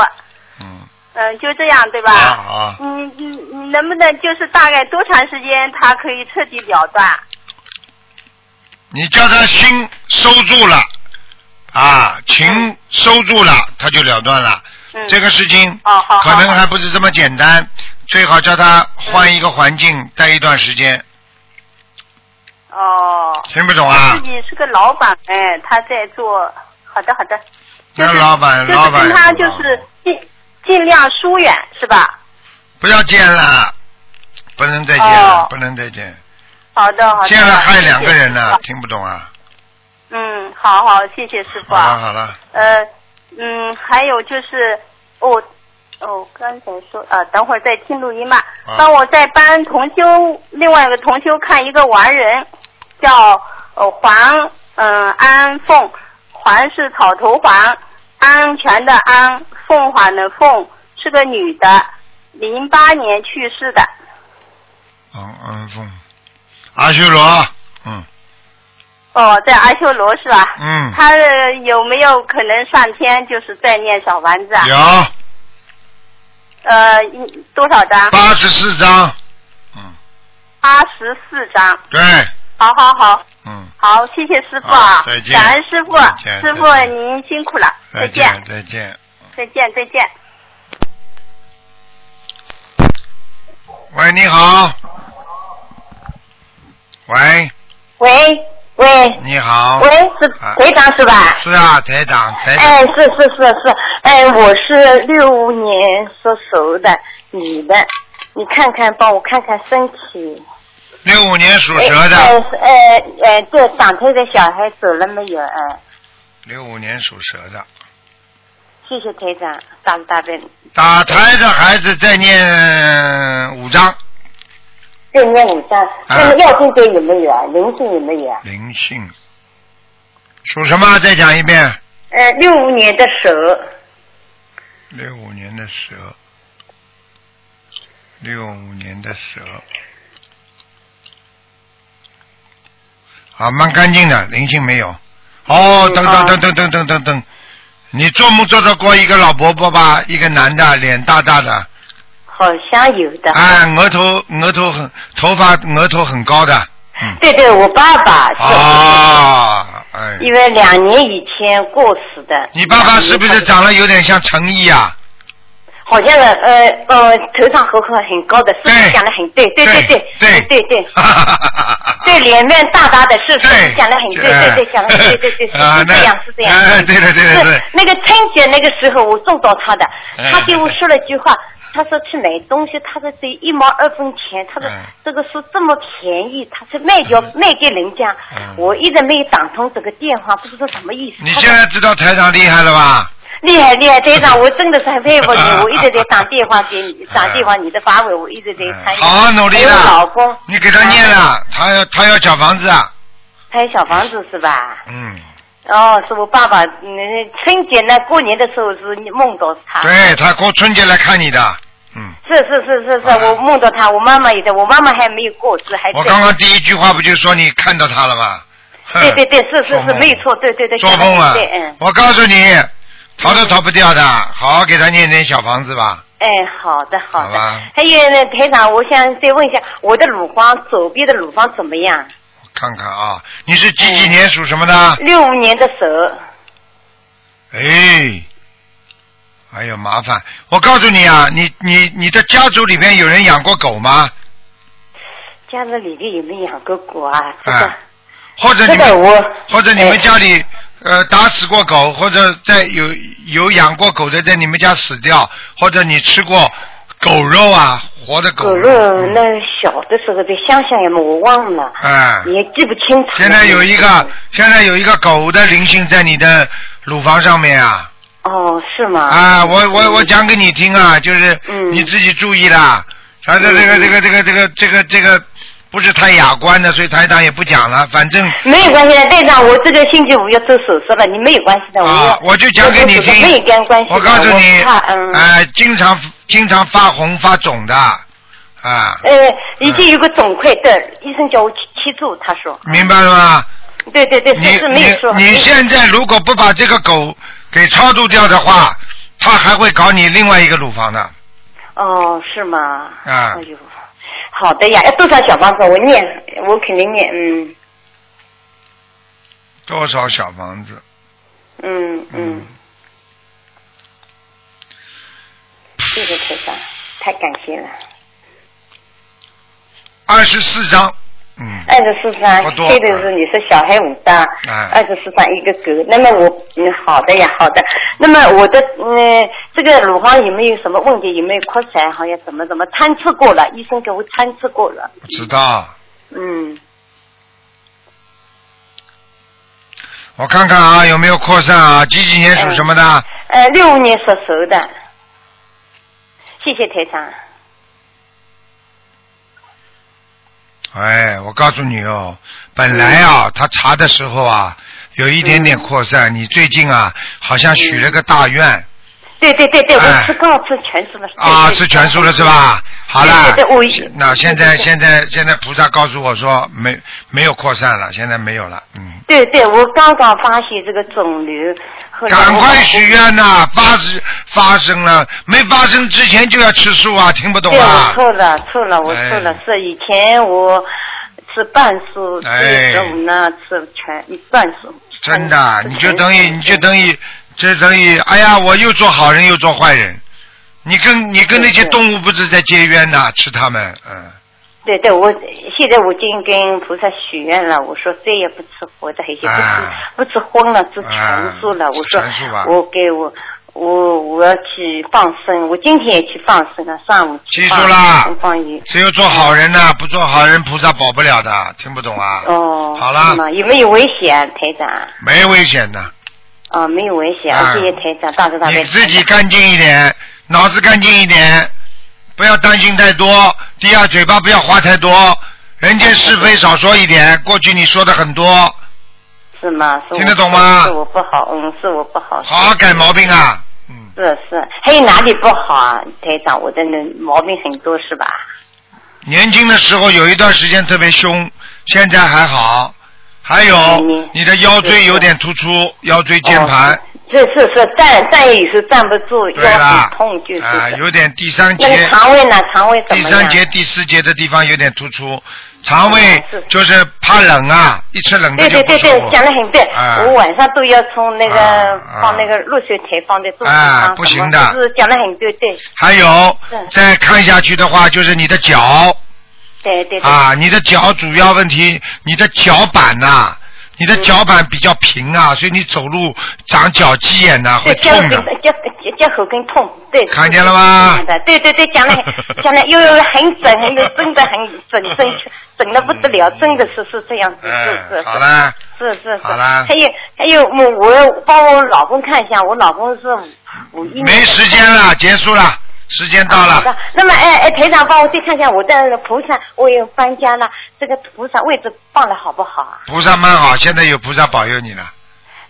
嗯，嗯，就这样对吧？好好，嗯，你你能不能就是大概多长时间他可以彻底了断？你叫他心收住了，啊，情收住了，他就了断了。嗯，这个事情哦，好，可能好还不是这么简单，最好叫他换一个环境，待一段时间。哦，听不懂他啊自？己是个老板，哎，他在做，好的好的，就那是老板，就是老板跟也他不就知道是尽尽量疏远是吧？不要见了，不能再见了，哦不能再见，好的好的，见了害两个人谢谢呢、师傅听不懂啊？嗯，好好，谢谢师傅好了啊。好了，呃，嗯，还有就是，我、哦，刚才说啊，等会儿再听录音吧。啊帮我再帮同修另外一个同修看一个亡人，叫呃黄嗯、安凤，黄是草头黄，安全的安，凤凰的凤，是个女的，零八年去世的。嗯嗯凤，阿修罗，嗯哦，在阿修罗是吧？嗯，她呃有没有可能上天？就是在念小丸子啊？有呃，一多少张？八十四张，嗯八十四张，对，好好好嗯，好，谢谢师傅啊好，再见感恩师傅再，见师傅再见您辛苦了，再见，见再见。再见，再见。喂，你好，喂，喂喂，喂，你好。喂，是啊台长是吧？是啊，台长，台长。哎，是是是是，哎，我是六五年属猴的女的，你看看，帮我看看身体。六五年属蛇哎的，哎哎哎，这长腿的小孩走了没有？哎，六五年属蛇的，谢谢台长，大慈大悲，打胎的孩子再念五章，再念五张。啊那么药性者有没有啊？灵性有没有啊？灵性。属什么？再讲一遍。呃，六五年的蛇，六五年的蛇，六五年的蛇，啊，蛮干净的，灵性没有。哦，等等等等等等等等，你做梦做到过一个老伯伯吧？一个男的，脸大大的，好像有的。哎，额头额头很头发额头很高的，嗯，对对，我爸爸是，啊，哎，因为两年以前过世的。你爸爸是不是长得有点像陈毅啊？好像呢，呃呃，头上和和很高的，是你讲的很对，对对对，对对 (laughs) 对哈哈哈哈哈哈。对，脸面大大的，是是对哎你讲的很对，对对，讲的很对，对对，啊是那这样是这样。哎对了对了对了是那个春节那个时候，我撞到他的哎，他给我说了句嗯话，他说去买东西，他说只有一毛二分钱，他说嗯这个书这么便宜，他说卖掉卖给人家嗯，我一直没有打通这个电话，不知道什么意思。你他说现在知道台长厉害了吧？厉害厉害，队长，我真的是很佩服嗯你，我一直在打电话给你，打电话你的发尾，我一直在参与。好好努力还有我了，老公，你给他念啊了，他要他要小房子啊，还有小房子是吧？嗯，哦，是我爸爸，嗯，春节呢，过年的时候是梦到他。对他过春节来看你的，嗯，啊是是是是是，我梦到他，我妈妈也在，我妈妈还没有过世，还在。我刚刚第一句话不就说你看到他了吗？哼对对对，是是做是，梦没有错，对对对，做梦啊对，嗯，，我告诉你，逃都逃不掉的，好好给他念点小房子吧，哎，好的好好啊的吧。还有呢，台长，我想再问一下，我的乳房左边的乳房怎么样？我看看啊，你是几嗯几年属什么的？六五年的蛇。哎，哎呦麻烦！我告诉你啊，你你你的家族里面有人养过狗吗？家族里面有没有养过狗啊？这个、啊或者你这个们我或者你们哎家里、呃打死过狗，或者在有有养过狗的在你们家死掉，或者你吃过狗肉啊，活的狗狗肉那小的时候在乡下有没有我忘了，哎、也记不清楚了。现在有一个现在有一个狗的灵性在你的乳房上面啊哦，是吗？啊！我我我讲给你听啊，就是嗯你自己注意啦。反正这个嗯这个这个这个这个这个不是太雅观的，所以台长也不讲了，反正。没有关系的，队长，我这个星期五要做手术了，你没有关系的，啊，我我就讲给你听我没有干关，系的我告诉你，我怕嗯哎，经常经常发红发肿的，啊，呃，已经有个肿块的，医生叫我去去住，他说，明白了吗？对对对，你是是没有说，你你现在如果不把这个狗给超度掉的话，它还会搞你另外一个乳房的，哦，是吗？啊哎呦，好的呀，要多少小方子？我念，我肯定念，嗯多少小房子？嗯嗯，谢谢台长，太感谢了。二十四张，嗯，二十四张不，多这个是你是小孩五张，哎二十四张一个狗。那么我嗯，好的呀，好的。那么我的嗯，这个乳房有没有什么问题？有没有扩散？好像怎么怎么参测过了，医生给我参测过了。不知道，嗯，我看看啊，有没有扩散啊？几几年属什么的？呃，六五年属蛇的。谢谢台长。哎，我告诉你哦，本来嗯啊，他查的时候啊，有一点点扩散。你最近啊，好像嗯许了个大愿、对对对对，我哎吃刚好吃全素了。啊，对对吃全素了是嗯吧？好了对对对我已，那现在对对对现在现在菩萨告诉我说没没有扩散了，现在没有了，嗯，对对，我刚刚发现这个肿瘤，后来我赶快许愿呐、发生发生了，没发生之前就要吃素啊，听不懂对，我啊？错了，错了，我哎错了。是以前我吃半数，哎这十五呢吃全半数。真的，你就等于你就于等于这等于，哎呀，我又做好人又做坏人，你跟你跟那些对对动物不是在结冤呐、吃它们，嗯。对对，我现在我已经跟菩萨许愿了，我说再也不吃活的，也不吃、啊不吃荤了，吃全素了。我说全素啊吧我给我我我要去放生，我今天也去放生了，上午去记住放啦生放鱼。只有做好人呐、不做好人菩萨保不了的，听不懂啊？哦，好啦是吗有没有危险，台长？没危险的，啊，没有危险，啊谢谢台长，大慈大悲。你自己干净一点，脑子干净一点，不要担心太多。第二，嘴巴不要话太多，人间是非少说一点。过去你说的很多，是吗？是我听得懂吗是我不好，嗯，是我不好。好好改毛病啊。是是，还有哪里不好啊，台长？我真的毛病很多是吧？年轻的时候有一段时间特别凶，现在还好。还嗯有你的腰椎有点突出，腰椎间盘这是是站站也是站不住，对腰啦很痛就是。啊，有点第三那节个。肠胃呢？肠胃怎第么三样？节、第四节的地方有点突出，肠胃嗯是就是怕冷啊，一吃冷的对就对不对舒对，服。讲的很对。啊我晚上都要从那个、啊放那个热水台放在桌子啊上，不什么行的就是讲的很对，对还有嗯，再看下去的话，就是你的脚对对对。啊，你的脚主要问题，你的脚板呐、你的脚板比较平啊，所以你走路长脚鸡眼呐、对，会脚痛跟的。脚脚脚后跟痛，对。看见了吗是这样的对对对，讲的 (laughs) 讲的又很准，很准，真的很准，准准的不得了，真的是是这样子，是是嗯，是好。了，是是是，好啦还有还有，我我帮我老公看一下，我老公是五五一年的没时间了，结束了，时间到好了。的，那么哎哎，台长帮我再看一下我的菩萨，我也搬家了，这个菩萨位置放的好不好啊？菩萨蛮好，现在有菩萨保佑你了。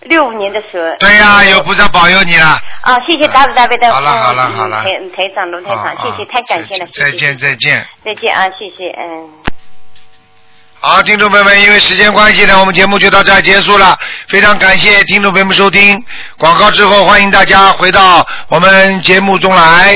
六五年的时候。对呀、有菩萨保佑你了。啊，谢谢大慈大悲的。好了嗯好了嗯好了台台长卢台啊长，谢谢，啊太感谢了，谢再谢见再见。再见啊，谢谢，嗯。好，听众朋友们，因为时间关系呢，我们节目就到这儿结束了。非常感谢听众朋友们收听广告之后，欢迎大家回到我们节目中来。